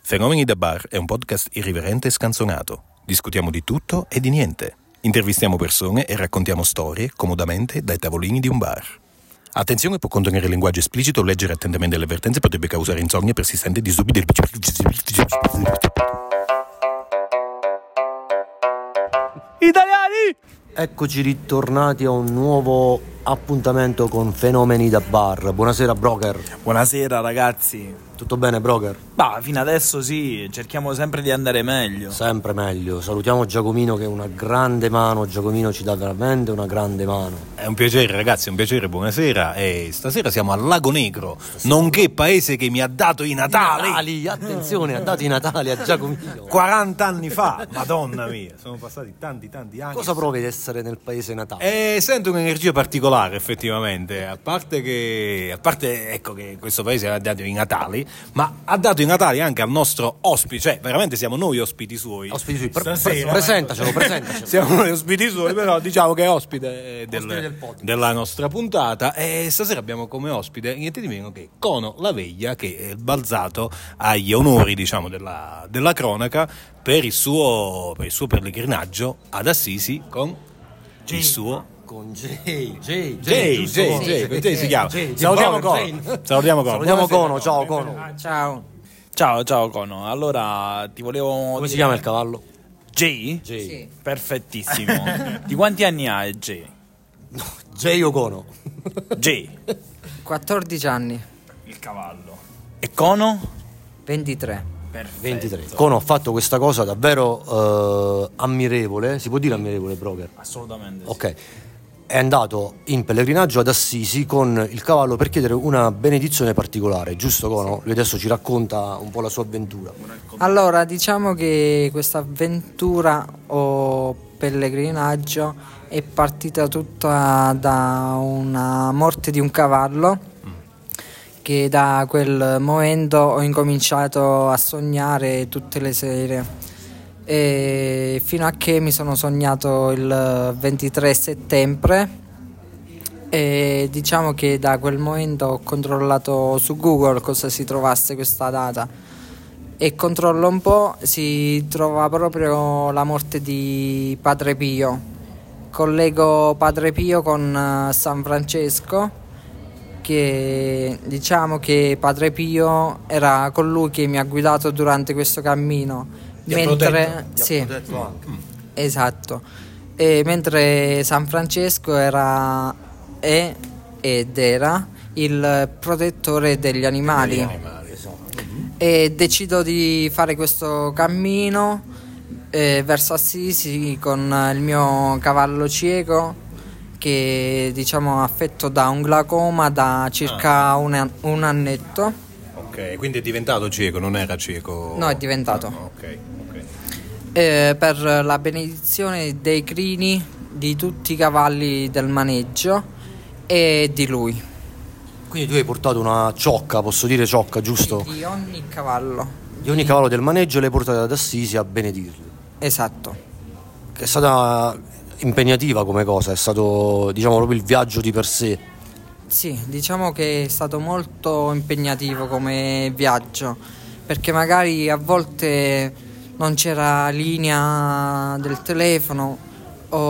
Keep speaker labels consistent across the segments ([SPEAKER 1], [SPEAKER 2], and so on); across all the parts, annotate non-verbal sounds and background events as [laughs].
[SPEAKER 1] Fenomeni da Bar è un podcast irriverente e scanzonato. Discutiamo di tutto e di niente. Intervistiamo persone e raccontiamo storie comodamente dai tavolini di un bar. Attenzione, può contenere linguaggio esplicito, leggere attentamente le avvertenze potrebbe causare insonnia persistente e disturbi del...
[SPEAKER 2] Italiani!
[SPEAKER 3] Eccoci ritornati a un nuovo appuntamento con Fenomeni da Bar. Buonasera Broker.
[SPEAKER 2] Buonasera ragazzi.
[SPEAKER 3] Tutto bene Broker?
[SPEAKER 2] Bah, fino adesso sì, cerchiamo sempre di andare meglio.
[SPEAKER 3] Sempre meglio. Salutiamo Giacomino che è una grande mano. Giacomino ci dà veramente una grande mano.
[SPEAKER 1] È un piacere ragazzi, è un piacere, buonasera. E stasera siamo al Lago Negro, nonché paese che mi ha dato i Natali
[SPEAKER 3] Natali, attenzione, ha dato i Natali a Giacomino.
[SPEAKER 1] 40 anni fa. Madonna mia, sono passati tanti tanti anni.
[SPEAKER 3] Cosa provi ad essere nel paese Natale?
[SPEAKER 1] Eh, sento un'energia particolare effettivamente, a parte che, a parte, ecco, che questo paese ha dato i Natali, ma ha dato i Natali anche al nostro ospite, cioè veramente siamo noi ospiti suoi.
[SPEAKER 3] Ospiti sui- pre-
[SPEAKER 1] Stasera,
[SPEAKER 3] pre- [laughs] presentacelo, presentacelo.
[SPEAKER 1] Siamo noi ospiti suoi, però diciamo che è ospite, eh, del-
[SPEAKER 3] Ospite del podcast.
[SPEAKER 1] della nostra puntata e stasera abbiamo come ospite niente di meno che Cono Laveglia che è balzato agli onori diciamo della, della cronaca per il suo, per il suo pellegrinaggio ad Assisi con il suo
[SPEAKER 3] Con Jay, Jay,
[SPEAKER 1] Jay,
[SPEAKER 3] giusto?
[SPEAKER 1] Jay, Jay,
[SPEAKER 3] Jay,
[SPEAKER 1] Jay si chiama.
[SPEAKER 3] Jay,
[SPEAKER 1] Salutiamo
[SPEAKER 3] Jay.
[SPEAKER 1] Cono. Salutiamo Cono.
[SPEAKER 3] Salutiamo Cono, ciao Cono.
[SPEAKER 2] ciao. Ciao, ciao Cono. Allora, ti volevo
[SPEAKER 3] Come si
[SPEAKER 2] dire-
[SPEAKER 3] chiama il cavallo?
[SPEAKER 2] Jay?
[SPEAKER 3] Jay. [laughs]
[SPEAKER 2] Perfettissimo. di quanti anni ha il Jay?
[SPEAKER 3] Jay o Cono?
[SPEAKER 2] Jay,
[SPEAKER 4] 14 anni,
[SPEAKER 2] il cavallo. E Cono?
[SPEAKER 4] 23.
[SPEAKER 2] Perfetto.
[SPEAKER 3] 23. Cono ha fatto questa cosa davvero eh, ammirevole, si può dire ammirevole Broker?
[SPEAKER 2] Assolutamente. sì.
[SPEAKER 3] Ok. È andato in pellegrinaggio ad Assisi con il cavallo per chiedere una benedizione particolare, giusto Cono? Lui adesso ci racconta un po' la sua avventura.
[SPEAKER 4] Allora, diciamo che questa avventura o pellegrinaggio è partita tutta da una morte di un cavallo che da quel momento ho incominciato a sognare tutte le sere. E fino a che mi sono sognato il 23 settembre e diciamo che da quel momento ho controllato su Google cosa si trovasse questa data e controllo un po' si trova proprio la morte di Padre Pio collego Padre Pio con eh, San Francesco che diciamo che Padre Pio era colui che mi ha guidato durante questo cammino
[SPEAKER 3] Ti ha protetto, ti ha
[SPEAKER 4] sì,
[SPEAKER 3] protetto anche.
[SPEAKER 4] Esatto. E mentre San Francesco era è ed era il protettore degli animali. E decido di fare questo cammino eh, verso Assisi con eh, il mio cavallo cieco che diciamo affetto da un glaucoma da circa un, an- un annetto.
[SPEAKER 1] Ok, quindi è diventato cieco, non era cieco.
[SPEAKER 4] No, è diventato.
[SPEAKER 1] Ah, ok, ok.
[SPEAKER 4] eh, per la benedizione dei crini di tutti i cavalli del maneggio e di lui,
[SPEAKER 3] Quindi tu hai portato una ciocca, posso dire ciocca, giusto?
[SPEAKER 4] di ogni cavallo.
[SPEAKER 3] Di ogni cavallo del maneggio l'hai portata ad Assisi a benedirli.
[SPEAKER 4] Esatto.
[SPEAKER 3] Che è stata impegnativa come cosa, è stato diciamo proprio il viaggio di per sé.
[SPEAKER 4] Sì, diciamo che è stato molto impegnativo come viaggio, perché magari a volte non c'era linea del telefono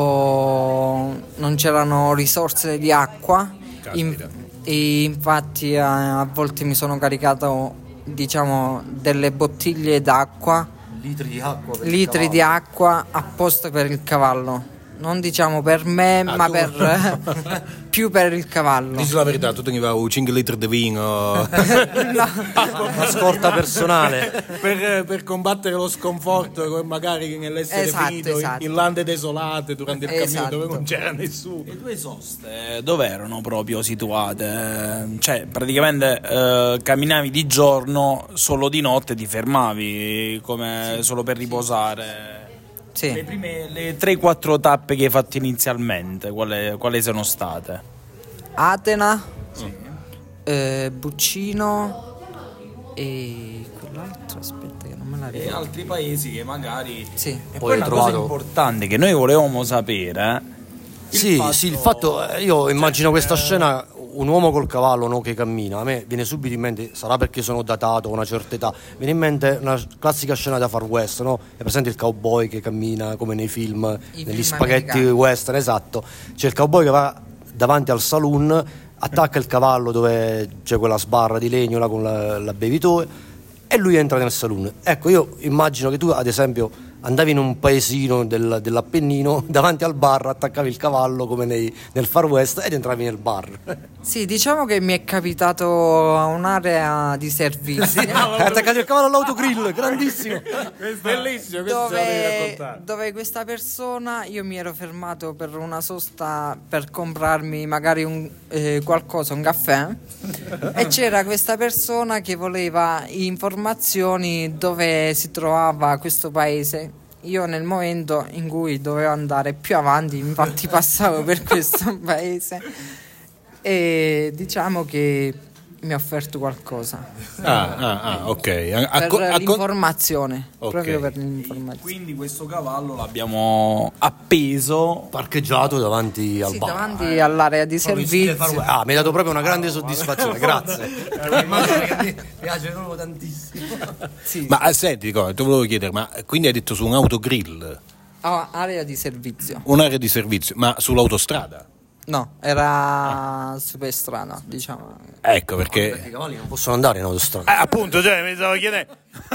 [SPEAKER 4] o non c'erano risorse di acqua.
[SPEAKER 1] Caspita.
[SPEAKER 4] e infatti eh, a volte mi sono caricato diciamo delle bottiglie d'acqua,
[SPEAKER 3] Litri di acqua.
[SPEAKER 4] litri di acqua apposta per il cavallo. Non diciamo per me, ma
[SPEAKER 1] Ah, tu- [laughs]
[SPEAKER 4] per, [laughs] più per il cavallo.
[SPEAKER 1] Dici la verità, tu teniva un 5 litri di vino
[SPEAKER 3] Una scorta personale.
[SPEAKER 1] [laughs] per, per combattere lo sconforto che magari nell'essere
[SPEAKER 4] Esatto,
[SPEAKER 1] finito in-
[SPEAKER 4] esatto.
[SPEAKER 1] in lande desolate durante il cammino
[SPEAKER 4] Esatto.
[SPEAKER 1] dove non c'era nessuno.
[SPEAKER 2] Le due soste eh, dove erano proprio situate? Eh, Cioè, praticamente eh, camminavi di giorno, solo di notte ti fermavi come solo per riposare.
[SPEAKER 4] [laughs] Sì.
[SPEAKER 2] Le prime le 3-4 tappe che hai fatto inizialmente, quale- quali sono state?
[SPEAKER 4] Atena, eh, Buccino e quell'altro, aspetta che non me la
[SPEAKER 2] e
[SPEAKER 4] ricordo.
[SPEAKER 2] altri paesi che magari
[SPEAKER 4] Sì.
[SPEAKER 2] e poi,
[SPEAKER 3] Poi hai
[SPEAKER 2] una cosa
[SPEAKER 3] trovato-
[SPEAKER 2] importante che noi volevamo sapere eh,
[SPEAKER 3] sì,
[SPEAKER 4] cioè,
[SPEAKER 3] sì, il fatto, eh, io immagino questa scena un uomo col cavallo no, che cammina, a me viene subito in mente, sarà perché sono datato, ho una certa età, viene in mente una classica scena da Far West, no? è presente il cowboy che cammina come nei film,
[SPEAKER 4] I
[SPEAKER 3] negli
[SPEAKER 4] film
[SPEAKER 3] spaghetti
[SPEAKER 4] americani.
[SPEAKER 3] western, esatto, c'è il cowboy che va davanti al saloon, attacca il cavallo dove c'è quella sbarra di legno là con la, la bevitoia e lui entra nel saloon. Ecco, io immagino che tu ad esempio andavi in un paesino del- dell'Appennino, [laughs] davanti al bar attaccavi il cavallo come nei- nel Far West ed entravi nel bar. [laughs]
[SPEAKER 4] Sì, diciamo che mi è capitato a un'area di
[SPEAKER 3] [laughs]
[SPEAKER 4] servizio
[SPEAKER 3] Hai attaccato il cavallo all'autogrill, grandissimo.
[SPEAKER 2] Bellissimo,
[SPEAKER 4] dove, dove questa persona io mi ero fermato per una sosta per comprarmi magari un, eh, qualcosa, un caffè eh? e c'era questa persona che voleva informazioni dove si trovava questo paese. Io nel momento in cui dovevo andare più avanti, infatti passavo per questo [laughs] paese e diciamo che mi ha offerto qualcosa
[SPEAKER 1] Ah, ah, ah, ok. A- a-
[SPEAKER 4] per
[SPEAKER 1] co- a con-
[SPEAKER 4] l'informazione,
[SPEAKER 1] Ok.
[SPEAKER 4] proprio per l'informazione.
[SPEAKER 2] Quindi questo cavallo l'abbiamo appeso.
[SPEAKER 3] Parcheggiato davanti al
[SPEAKER 4] Sì, eh,
[SPEAKER 3] bar.
[SPEAKER 4] davanti all'area di
[SPEAKER 3] Proprio in stile Far
[SPEAKER 4] servizio.
[SPEAKER 3] West. Ah, mi hai dato proprio una grande [laughs] soddisfazione, grazie. Immagino che [laughs] ti piace proprio tantissimo.
[SPEAKER 1] Ma ah, senti, Nicola, ti volevo chiedere, ma quindi hai detto su un autogrill,
[SPEAKER 4] Ah, area di servizio.
[SPEAKER 1] un'area di servizio, ma sull'autostrada?
[SPEAKER 4] No, era super strana, diciamo.
[SPEAKER 1] Ecco perché...
[SPEAKER 3] Eh, I cavalli non possono andare in autostrada.
[SPEAKER 1] Eh, appunto, cioè, mi stavo chiedendo, [laughs]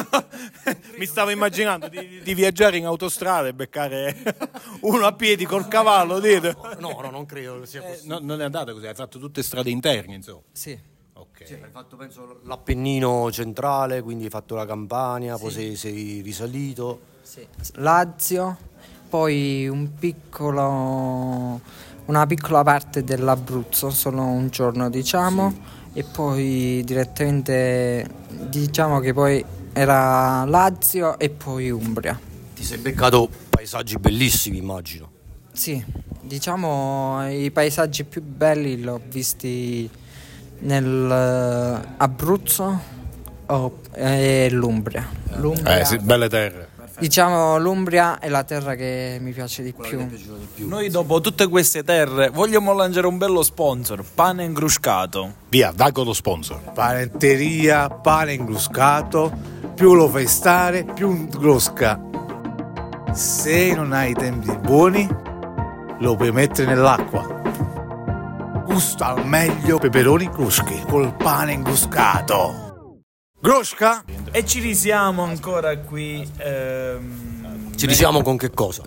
[SPEAKER 1] mi stavo immaginando di, di viaggiare in autostrada e beccare [laughs] uno a piedi col cavallo dietro.
[SPEAKER 3] Eh, No, no, non credo sia possibile.
[SPEAKER 1] Eh, No, non è andata così, hai fatto tutte strade interne, insomma.
[SPEAKER 4] Sì.
[SPEAKER 1] Ok.
[SPEAKER 3] Sì, hai fatto penso l'Appennino centrale, quindi hai fatto la Campania, poi sei, sei risalito.
[SPEAKER 4] Lazio, poi un piccolo una piccola parte dell'Abruzzo, solo un giorno, diciamo, e poi direttamente diciamo che poi era Lazio e poi Umbria.
[SPEAKER 3] Ti sei beccato paesaggi bellissimi, immagino.
[SPEAKER 4] Sì, diciamo i paesaggi più belli li ho visti eh, nell'Abruzzo eh, e l'Umbria. L'Umbria-
[SPEAKER 1] Eh, sì, belle terre.
[SPEAKER 4] Diciamo l'Umbria è la terra che mi piace di
[SPEAKER 3] Ti è
[SPEAKER 4] più.
[SPEAKER 3] piaciuto di più?
[SPEAKER 2] Noi dopo tutte queste terre vogliamo lanciare un bello sponsor, pane ingruscato.
[SPEAKER 1] Via, vago lo sponsor.
[SPEAKER 5] Panetteria, pane ingruscato, più lo fai stare, più ingrusca. Se non hai i tempi buoni, lo puoi mettere nell'acqua. Gusta al meglio peperoni cruschi col pane ingruscato. Grusca?
[SPEAKER 2] E ci risiamo ancora qui. ehm,
[SPEAKER 3] Ci risiamo con che cosa?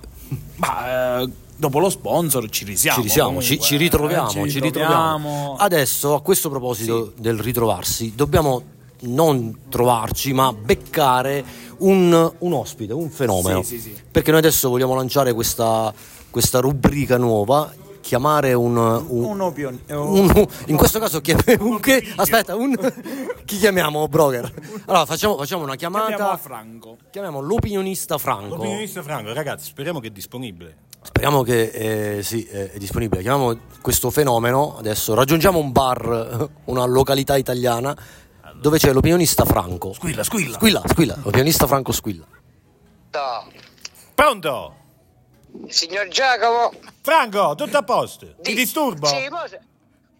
[SPEAKER 2] ma, eh, dopo lo sponsor ci risiamo.
[SPEAKER 3] ci risiamo, ci,
[SPEAKER 2] comunque,
[SPEAKER 3] ci ritroviamo,
[SPEAKER 2] eh,
[SPEAKER 3] ci ritroviamo. Ah, Adesso, a questo proposito del ritrovarsi, dobbiamo non trovarci, ma beccare un, un ospite, un fenomeno.
[SPEAKER 2] Sì, sì, sì.
[SPEAKER 3] Perché noi adesso vogliamo lanciare questa, questa rubrica nuova, chiamare un... un-
[SPEAKER 2] Uno pion-
[SPEAKER 3] un- in questo caso chiamiamo un che? Aspetta, un, chi chiamiamo, Broker? Allora facciamo, facciamo una
[SPEAKER 2] Andiamo a
[SPEAKER 3] chiamata,
[SPEAKER 2] Franco.
[SPEAKER 3] chiamiamo l'opinionista Franco.
[SPEAKER 1] L'opinionista Franco, ragazzi, speriamo che è disponibile.
[SPEAKER 3] Speriamo che eh, sì, eh, è disponibile. Chiamiamo questo fenomeno adesso. Raggiungiamo un bar, [laughs] una località italiana, dove c'è l'opinionista Franco.
[SPEAKER 1] Squilla, squilla.
[SPEAKER 3] Squilla, squilla, l'opinionista Franco squilla.
[SPEAKER 6] Pronto?
[SPEAKER 1] Pronto?
[SPEAKER 6] Signor Giacomo?
[SPEAKER 1] Franco, tutto a posto? Ti
[SPEAKER 6] Di-
[SPEAKER 1] disturbo?
[SPEAKER 6] Sì, mo se-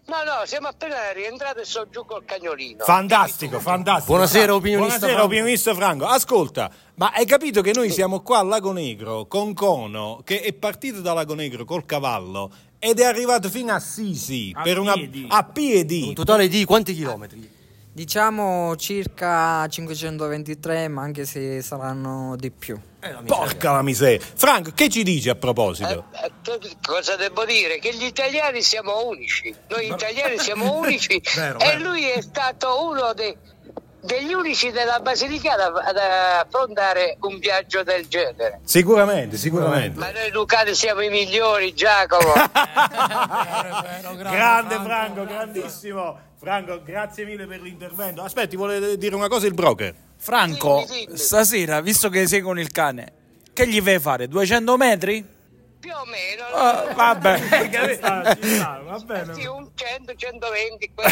[SPEAKER 6] No, no, siamo appena rientrati e sono giù col cagnolino.
[SPEAKER 1] Fantastico, fantastico.
[SPEAKER 3] Buonasera, opinionista
[SPEAKER 1] Buonasera,
[SPEAKER 3] Franco.
[SPEAKER 1] opinionista Franco. Ascolta, ma hai capito che noi siamo qua a Lago Negro con Cono che è partito da Lago Negro col cavallo ed è arrivato fino a Sisi
[SPEAKER 2] A
[SPEAKER 1] per una-
[SPEAKER 2] piedi.
[SPEAKER 1] a
[SPEAKER 3] Un
[SPEAKER 1] piedi.
[SPEAKER 3] totale di quanti chilometri?
[SPEAKER 4] Diciamo circa 523, ma anche se saranno di più.
[SPEAKER 1] Porca la miseria. Franco, che ci dici a proposito?
[SPEAKER 6] Eh, eh, che- cosa devo dire? Che gli italiani siamo unici. Noi italiani siamo unici
[SPEAKER 5] Vero,
[SPEAKER 6] e
[SPEAKER 5] vero.
[SPEAKER 6] lui è stato uno dei- degli unici della Basilicata ad affrontare un viaggio del genere.
[SPEAKER 1] Sicuramente, sicuramente.
[SPEAKER 6] Ma noi Lucani siamo i migliori, Giacomo.
[SPEAKER 1] Grande Franco, grandissimo. Franco, grazie mille per l'intervento. Aspetti, vuole dire una cosa il broker?
[SPEAKER 2] Franco,
[SPEAKER 6] Dimmi, dimmi.
[SPEAKER 2] stasera, visto che sei con il cane, che gli fai fare? 200 metri?
[SPEAKER 6] Più o meno.
[SPEAKER 2] Ah, vabbè,
[SPEAKER 7] va bene.
[SPEAKER 6] Sì, un 100, 120. quello.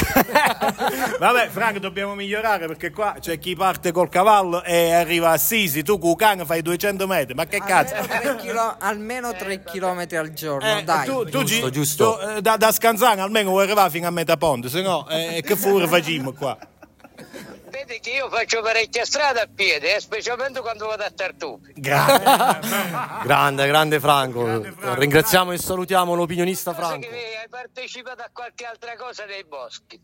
[SPEAKER 7] Vabbè, Frank, dobbiamo migliorare perché qua c'è chi parte col cavallo e arriva a Sisi. Tu, Cucan, fai 200 metri. Ma che
[SPEAKER 2] Ah,
[SPEAKER 7] cazzo?
[SPEAKER 2] eh,
[SPEAKER 4] Almeno 3 chilo- almeno 3 km al giorno,
[SPEAKER 7] Eh,
[SPEAKER 4] dai.
[SPEAKER 7] tu, tu
[SPEAKER 3] Giusto,
[SPEAKER 7] gi-
[SPEAKER 3] giusto.
[SPEAKER 7] tu, eh, da, da Scanzano almeno vuoi arrivare fino a metà ponte, se no eh, che furore facciamo qua?
[SPEAKER 6] Vedi che io faccio parecchia strada a piedi, eh, specialmente quando vado a Tartufi.
[SPEAKER 3] [laughs] Grande, grande Franco. Ringraziamo e salutiamo l'opinionista
[SPEAKER 6] Cosa
[SPEAKER 3] Franco.
[SPEAKER 6] che hai partecipato a qualche altra cosa nei boschi.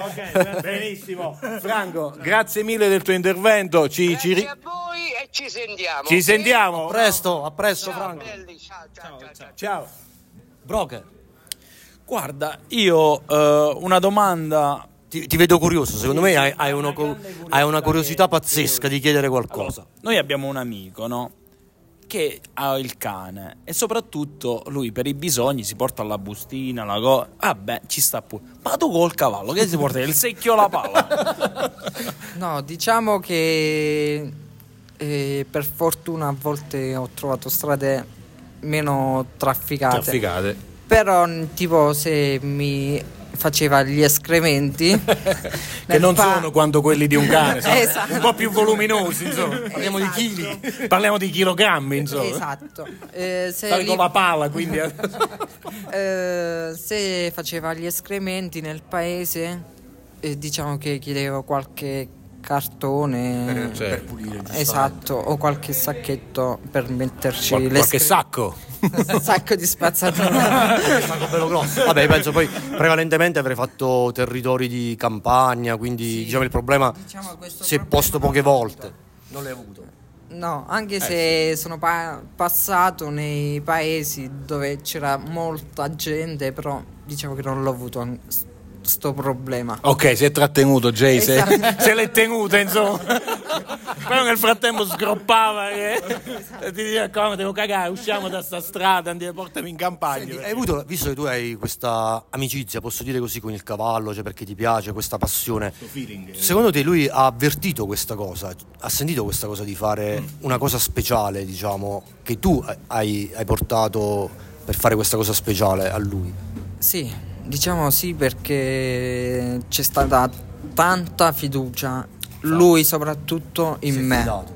[SPEAKER 7] Ok, benissimo. Franco, grazie mille del tuo intervento. Ci, ci
[SPEAKER 6] Grazie
[SPEAKER 7] ri-
[SPEAKER 6] a voi e ci sentiamo.
[SPEAKER 7] ci
[SPEAKER 6] Sì?
[SPEAKER 7] sentiamo.
[SPEAKER 3] A presto, a presto
[SPEAKER 6] Ciao,
[SPEAKER 3] Franco.
[SPEAKER 6] belli, ciao, ciao, ciao, ciao.
[SPEAKER 7] Ciao.
[SPEAKER 3] Broker,
[SPEAKER 2] Guarda, io eh, una domanda
[SPEAKER 3] ti, ti vedo curioso, secondo me hai, hai una, co- hai una curiosità pazzesca di chiedere qualcosa.
[SPEAKER 2] Noi abbiamo un amico, no? Che ha il cane e soprattutto lui per i bisogni si porta la bustina, la go. Vabbè, ci sta pure. Ma tu col cavallo che si porta? Il secchio o la palla?
[SPEAKER 4] No, diciamo che eh, per fortuna a volte ho trovato strade meno trafficate.
[SPEAKER 1] Trafficate.
[SPEAKER 4] Però n- tipo se mi faceva gli escrementi
[SPEAKER 1] [laughs] [laughs] Che non sono quanto quelli di un cane, sono
[SPEAKER 4] Esatto.
[SPEAKER 1] un po' più voluminosi, insomma.
[SPEAKER 4] Parliamo di chili.
[SPEAKER 1] Parliamo di chilogrammi, insomma.
[SPEAKER 4] Esatto. Eh, se
[SPEAKER 1] Parli
[SPEAKER 4] li-
[SPEAKER 1] con la pala, quindi
[SPEAKER 4] [laughs] Eh, se faceva gli escrementi nel paese, eh, diciamo che chiedevo qualche cartone
[SPEAKER 1] Eh, certo. Per
[SPEAKER 4] pulire, esatto, o qualche sacchetto per metterci
[SPEAKER 1] Qual-
[SPEAKER 4] le
[SPEAKER 1] qualche sacco.
[SPEAKER 4] sacco. [laughs] sacco di spazzatura.
[SPEAKER 1] [laughs]
[SPEAKER 3] Franco bello grosso. Vabbè, penso poi prevalentemente avrei fatto territori di campagna, quindi diciamo il problema
[SPEAKER 4] Diciamo questo
[SPEAKER 3] si è
[SPEAKER 4] problema
[SPEAKER 3] posto
[SPEAKER 4] non
[SPEAKER 3] poche
[SPEAKER 4] l'ho avuto.
[SPEAKER 3] volte. Non l'hai avuto.
[SPEAKER 4] No,
[SPEAKER 1] Eh,
[SPEAKER 4] anche se sono pa- passato nei paesi dove c'era molta gente, però diciamo che non l'ho avuto an- s- sto problema.
[SPEAKER 1] Ok, si è trattenuto Jay, se,
[SPEAKER 2] Esatto.
[SPEAKER 1] se l'è tenuta, insomma. Però nel frattempo sgroppava che
[SPEAKER 2] Esatto.
[SPEAKER 1] e ti diceva come devo cagare, usciamo da sta strada, andiamo, portami in campagna.
[SPEAKER 2] eh.
[SPEAKER 3] Hai avuto, visto che tu hai questa amicizia, posso dire così, con il cavallo, cioè perché ti piace questa passione, secondo te lui ha avvertito questa cosa, ha sentito questa cosa di fare una cosa speciale, diciamo, che tu hai, hai portato per fare questa cosa speciale a lui?
[SPEAKER 4] Sì, diciamo sì perché c'è stata tanta fiducia, lui soprattutto in
[SPEAKER 3] Si è
[SPEAKER 4] me,
[SPEAKER 3] fidato.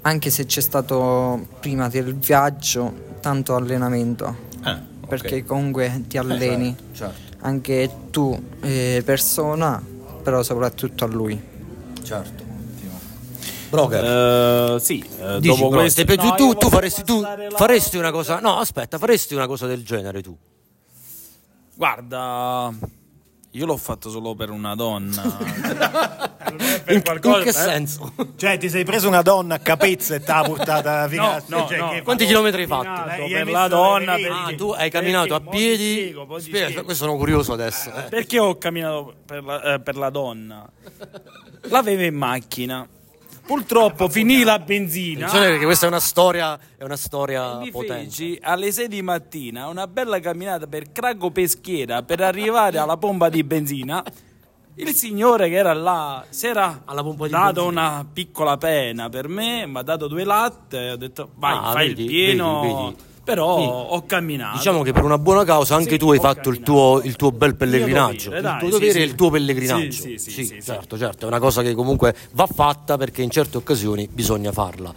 [SPEAKER 4] anche se c'è stato prima del viaggio tanto allenamento, perché comunque ti alleni,
[SPEAKER 3] Eh, certo.
[SPEAKER 4] anche tu eh, persona, però soprattutto a lui.
[SPEAKER 3] Certo. Broker.
[SPEAKER 2] [laughs] Eh, sì, eh,
[SPEAKER 3] Dici,
[SPEAKER 2] dopo
[SPEAKER 3] però,
[SPEAKER 2] questo.
[SPEAKER 3] ti è piaciuto-
[SPEAKER 2] No,
[SPEAKER 3] tu,
[SPEAKER 2] io
[SPEAKER 3] tu
[SPEAKER 2] voglio
[SPEAKER 3] faresti, tu
[SPEAKER 2] passare la-
[SPEAKER 3] faresti una cosa. No, aspetta, faresti una cosa del genere tu.
[SPEAKER 2] Guarda, io l'ho fatto solo per una [laughs] donna.
[SPEAKER 3] In,
[SPEAKER 7] qualcosa-
[SPEAKER 3] in che
[SPEAKER 7] eh?
[SPEAKER 3] senso? [laughs]
[SPEAKER 7] Cioè, ti sei preso una donna a capezza e t'ha portata fino a...
[SPEAKER 2] No, no,
[SPEAKER 7] cioè,
[SPEAKER 2] no.
[SPEAKER 7] che-
[SPEAKER 3] Quanti chilometri hai fatto?
[SPEAKER 7] Dai,
[SPEAKER 2] per
[SPEAKER 7] gli hai
[SPEAKER 2] la
[SPEAKER 7] messo
[SPEAKER 2] donna,
[SPEAKER 7] le
[SPEAKER 2] per-
[SPEAKER 7] viti.
[SPEAKER 3] Ah, tu hai camminato a
[SPEAKER 2] mo ti
[SPEAKER 3] piedi.
[SPEAKER 2] Eh spiego, mo ti
[SPEAKER 3] Spiega,
[SPEAKER 2] spiego.
[SPEAKER 3] questo sono curioso adesso. eh.
[SPEAKER 2] Perché ho camminato per la, eh, per la donna? L'avevo in macchina. Purtroppo finì la benzina.
[SPEAKER 3] Attenzione, perché questa è una storia, è una storia
[SPEAKER 2] Mi
[SPEAKER 3] potente.
[SPEAKER 2] feci Ah, alle 6 di mattina una bella camminata per Crago Peschiera per arrivare alla pompa di benzina. Il signore che era là si era
[SPEAKER 3] Alla pompa di
[SPEAKER 2] dato
[SPEAKER 3] benzina.
[SPEAKER 2] una piccola pena per me, mi ha dato due latte, ho detto vai,
[SPEAKER 3] Ah,
[SPEAKER 2] fai
[SPEAKER 3] vedi,
[SPEAKER 2] il pieno.
[SPEAKER 3] vedi, vedi.
[SPEAKER 2] Però
[SPEAKER 3] Sì.
[SPEAKER 2] ho camminato.
[SPEAKER 3] Diciamo che per una buona causa anche
[SPEAKER 2] Sì,
[SPEAKER 3] tu hai
[SPEAKER 2] ho
[SPEAKER 3] fatto il
[SPEAKER 2] camminato.
[SPEAKER 3] tuo, il tuo bel pellegrinaggio.
[SPEAKER 2] dovere, dai,
[SPEAKER 3] il tuo
[SPEAKER 2] sì,
[SPEAKER 3] dovere
[SPEAKER 2] sì.
[SPEAKER 3] è il tuo pellegrinaggio.
[SPEAKER 2] Sì, sì, sì, sì, sì.
[SPEAKER 3] certo, certo. È una cosa che comunque va fatta perché in certe occasioni bisogna farla.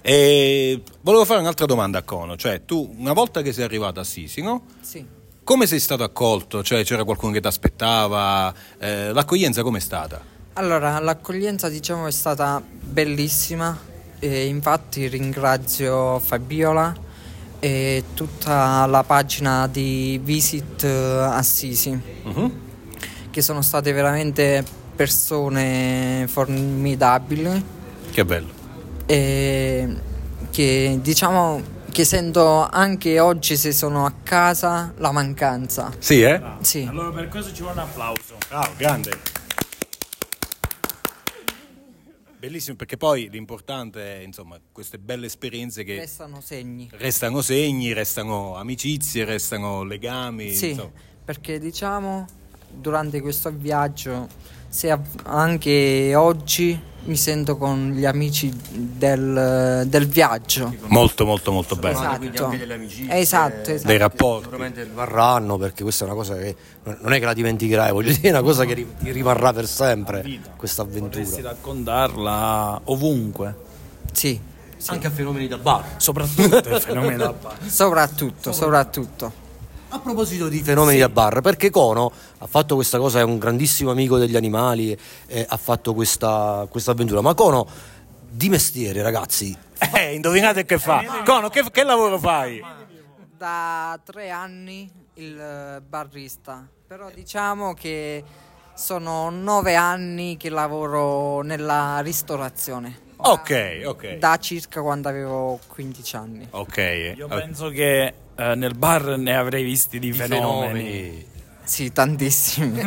[SPEAKER 1] E volevo fare un'altra domanda a Cono, cioè tu una volta che sei arrivato a Sisi, no?
[SPEAKER 4] Sì.
[SPEAKER 1] Come sei stato accolto? Cioè c'era qualcuno che ti aspettava? Eh, l'accoglienza com'è stata?
[SPEAKER 4] Allora, l'accoglienza diciamo è stata bellissima e infatti ringrazio Fabiola e tutta la pagina di Visit eh, Assisi, che sono state veramente persone formidabili
[SPEAKER 1] Che bello.
[SPEAKER 4] e che diciamo che sento anche oggi se sono a casa la mancanza.
[SPEAKER 1] Sì, eh?
[SPEAKER 4] Sì.
[SPEAKER 2] Allora per questo ci vuole un applauso.
[SPEAKER 7] Bravo, grande.
[SPEAKER 1] Bellissimo, perché poi l'importante è, insomma, queste belle esperienze che
[SPEAKER 4] Restano segni.
[SPEAKER 1] restano segni, restano amicizie, restano legami.
[SPEAKER 4] Sì,
[SPEAKER 1] insomma.
[SPEAKER 4] perché diciamo durante questo viaggio se a- anche oggi mi sento con gli amici del, del viaggio.
[SPEAKER 1] Molto, molto, molto bello.
[SPEAKER 4] Esatto.
[SPEAKER 8] Quindi anche delle amicizie.
[SPEAKER 4] Esatto, esatto.
[SPEAKER 1] Dei rapporti.
[SPEAKER 8] Sicuramente
[SPEAKER 3] rimarranno perché questa è una cosa che non è che la dimenticherai, voglio dire, è una cosa che ri- ti rimarrà per sempre questa
[SPEAKER 2] Potresti
[SPEAKER 3] avventura.
[SPEAKER 2] raccontarla ovunque.
[SPEAKER 4] Sì,
[SPEAKER 8] anche a fenomeni da bar.
[SPEAKER 2] Soprattutto il fenomeno da parte.
[SPEAKER 4] soprattutto, soprattutto.
[SPEAKER 8] A proposito di
[SPEAKER 3] Fenomeni da bar, perché Cono ha fatto questa cosa, è un grandissimo amico degli animali, eh, ha fatto questa, questa avventura, ma Cono di mestiere ragazzi,
[SPEAKER 7] Eh, indovinate che fa? Cono, che, che lavoro fai?
[SPEAKER 4] Da tre anni il eh, barrista, però diciamo che sono nove anni che lavoro nella ristorazione.
[SPEAKER 7] Ok, ok.
[SPEAKER 4] Da circa quando avevo 15 anni.
[SPEAKER 7] Ok.
[SPEAKER 2] [laughs]
[SPEAKER 3] [laughs]
[SPEAKER 2] Io
[SPEAKER 7] eh,
[SPEAKER 2] penso che eh, nel bar ne avrei visti di, fenomeni.
[SPEAKER 4] Sì, tantissimi.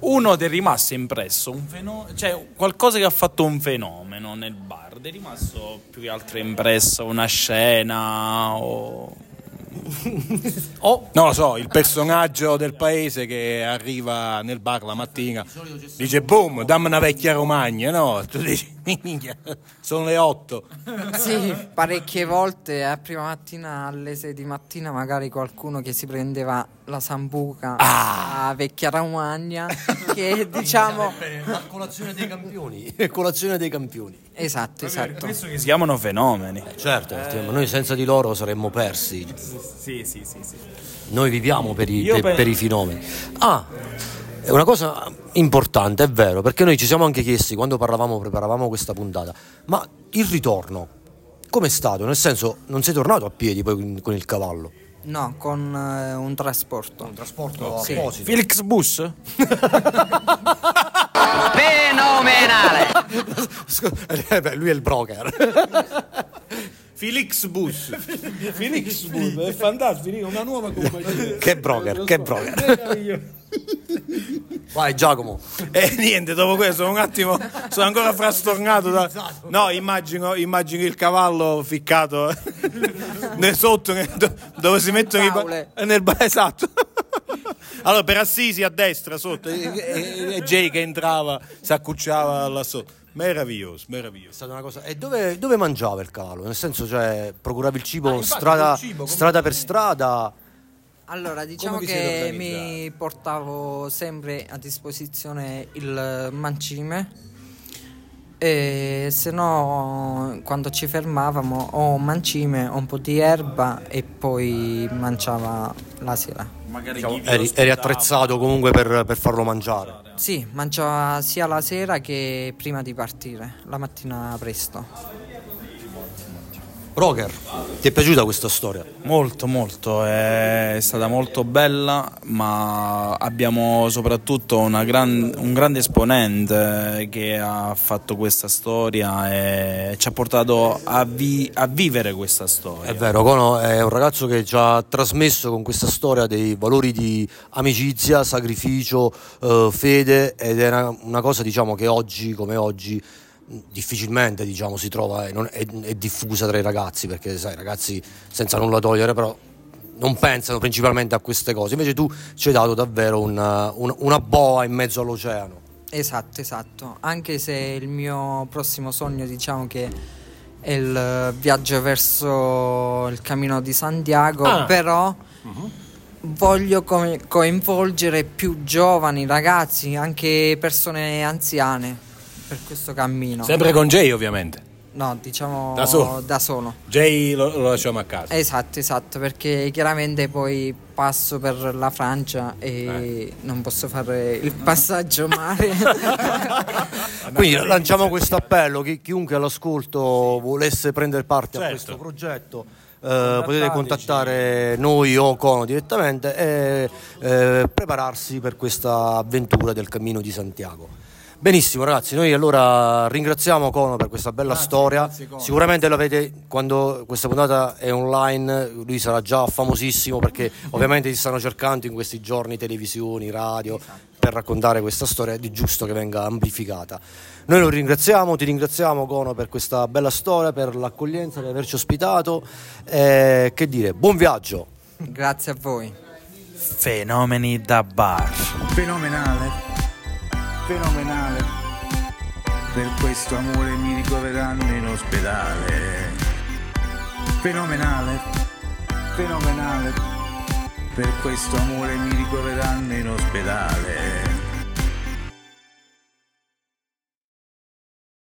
[SPEAKER 2] Uno ti è rimasto impresso, un feno- cioè qualcosa che ha fatto un fenomeno nel bar. Ti è rimasto più che altro impresso una scena o...
[SPEAKER 7] Oh, Non lo so, il personaggio del paese che arriva nel bar la mattina dice boom, dammi una vecchia romagna, no? [laughs] Tu dici, minchia, sono le otto.
[SPEAKER 4] sì, parecchie volte, a prima mattina alle 6 di mattina, magari qualcuno che si prendeva la sambuca
[SPEAKER 3] Ah!
[SPEAKER 4] a vecchia Romagna,
[SPEAKER 3] [laughs]
[SPEAKER 4] che diciamo...
[SPEAKER 3] la colazione dei campioni, [laughs] colazione dei campioni.
[SPEAKER 4] Esatto, esatto.
[SPEAKER 2] Questo che Ecco. Eh, si chiamano fenomeni.
[SPEAKER 3] Certo, ma noi senza di loro saremmo persi,
[SPEAKER 2] Sì, sì, sì, sì.
[SPEAKER 3] Noi viviamo per i,
[SPEAKER 2] Io
[SPEAKER 3] per-
[SPEAKER 2] pe-
[SPEAKER 3] per i fenomeni. Ah, è una cosa importante, è vero, perché noi ci siamo anche chiesti quando parlavamo, preparavamo questa puntata, ma il ritorno com'è stato? Nel senso, non sei tornato a piedi poi con- con il cavallo?
[SPEAKER 4] No, con eh, un trasporto.
[SPEAKER 3] Trasporto
[SPEAKER 4] Sì.
[SPEAKER 3] apposito.
[SPEAKER 2] Felix
[SPEAKER 3] [laughs]
[SPEAKER 2] Bus?
[SPEAKER 6] Fenomenale!
[SPEAKER 3] Eh beh, lui è il broker. [laughs]
[SPEAKER 7] Felix Bus. Felix Bus, è fantastico, una nuova compagnia.
[SPEAKER 3] che broker, che broker. Vai Giacomo.
[SPEAKER 7] E Eh, [laughs] niente, dopo questo sono un attimo, sono ancora frastornato. da- No, immagino, immagino il cavallo ficcato [laughs] nel sotto nel- do- dove si mettono i
[SPEAKER 4] Paule.
[SPEAKER 7] ba- nel ba- esatto. [laughs] Allora per Assisi a destra sotto e, e- e Jay che entrava si accucciava là sotto. Meraviglioso,
[SPEAKER 3] È
[SPEAKER 7] meraviglioso.
[SPEAKER 3] stata una cosa. E dove, dove mangiava il cavallo? Nel senso, cioè, procuravi il cibo strada, strada per strada.
[SPEAKER 4] Allora, diciamo
[SPEAKER 3] vi siete
[SPEAKER 4] che
[SPEAKER 3] organizzati?
[SPEAKER 4] mi portavo sempre a disposizione il mancime. E se no, quando ci fermavamo, o un mancime, o un po' di erba e poi mangiava la sera.
[SPEAKER 2] Magari
[SPEAKER 3] Eri, eri attrezzato comunque per, per farlo mangiare.
[SPEAKER 4] Sì, mangiava sia la sera che prima di partire, la mattina presto.
[SPEAKER 3] Broker, ti è piaciuta questa storia?
[SPEAKER 2] Molto, molto, eh, è stata molto bella, ma abbiamo soprattutto una gran- un grande esponente che ha fatto questa storia e ci ha portato a, vi- a vivere questa
[SPEAKER 3] È
[SPEAKER 2] storia.
[SPEAKER 3] vero, Cono è un ragazzo che ci ha trasmesso con questa storia dei valori di amicizia, sacrificio, eh, fede ed è una, una cosa diciamo che oggi come oggi mh, difficilmente diciamo, si trova, eh, non- è, è diffusa tra i ragazzi perché sai, i ragazzi senza nulla togliere però non pensano principalmente a queste cose, invece tu ci hai dato davvero una, un- una boa in mezzo all'oceano.
[SPEAKER 4] Esatto, esatto. Anche se il mio prossimo sogno, diciamo che è il eh, viaggio verso il cammino di Santiago,
[SPEAKER 1] Ah.
[SPEAKER 4] però
[SPEAKER 1] Mhm.
[SPEAKER 4] voglio co- coinvolgere più giovani ragazzi, anche persone anziane per questo cammino.
[SPEAKER 1] Sempre con Jay, ovviamente.
[SPEAKER 4] No, diciamo
[SPEAKER 1] Da solo.
[SPEAKER 4] Da solo.
[SPEAKER 1] Jay lo, lo lasciamo a casa.
[SPEAKER 4] Esatto, esatto, perché chiaramente poi passo per la Francia e non posso fare il passaggio mare.
[SPEAKER 3] Quindi lanciamo questo appello, chi- chiunque all'ascolto volesse prendere parte a
[SPEAKER 7] Certo.
[SPEAKER 3] questo progetto eh, potete contattare noi o Cono direttamente e eh, prepararsi per questa avventura del Cammino di Santiago. Benissimo ragazzi, noi allora ringraziamo Cono per questa bella storia, sicuramente lo avete quando questa puntata è online, lui sarà già famosissimo perché ovviamente si stanno cercando in questi giorni televisioni, radio per raccontare questa storia, è di giusto che venga amplificata. Noi lo ringraziamo, ti ringraziamo Cono per questa bella storia, per l'accoglienza, per averci ospitato, eh, che dire, buon viaggio!
[SPEAKER 4] Grazie a voi.
[SPEAKER 2] Fenomeni da bar.
[SPEAKER 5] Fenomenale. fenomenale. Per questo amore mi ricoveranno in ospedale. Fenomenale, fenomenale. Per questo amore mi ricoveranno in ospedale.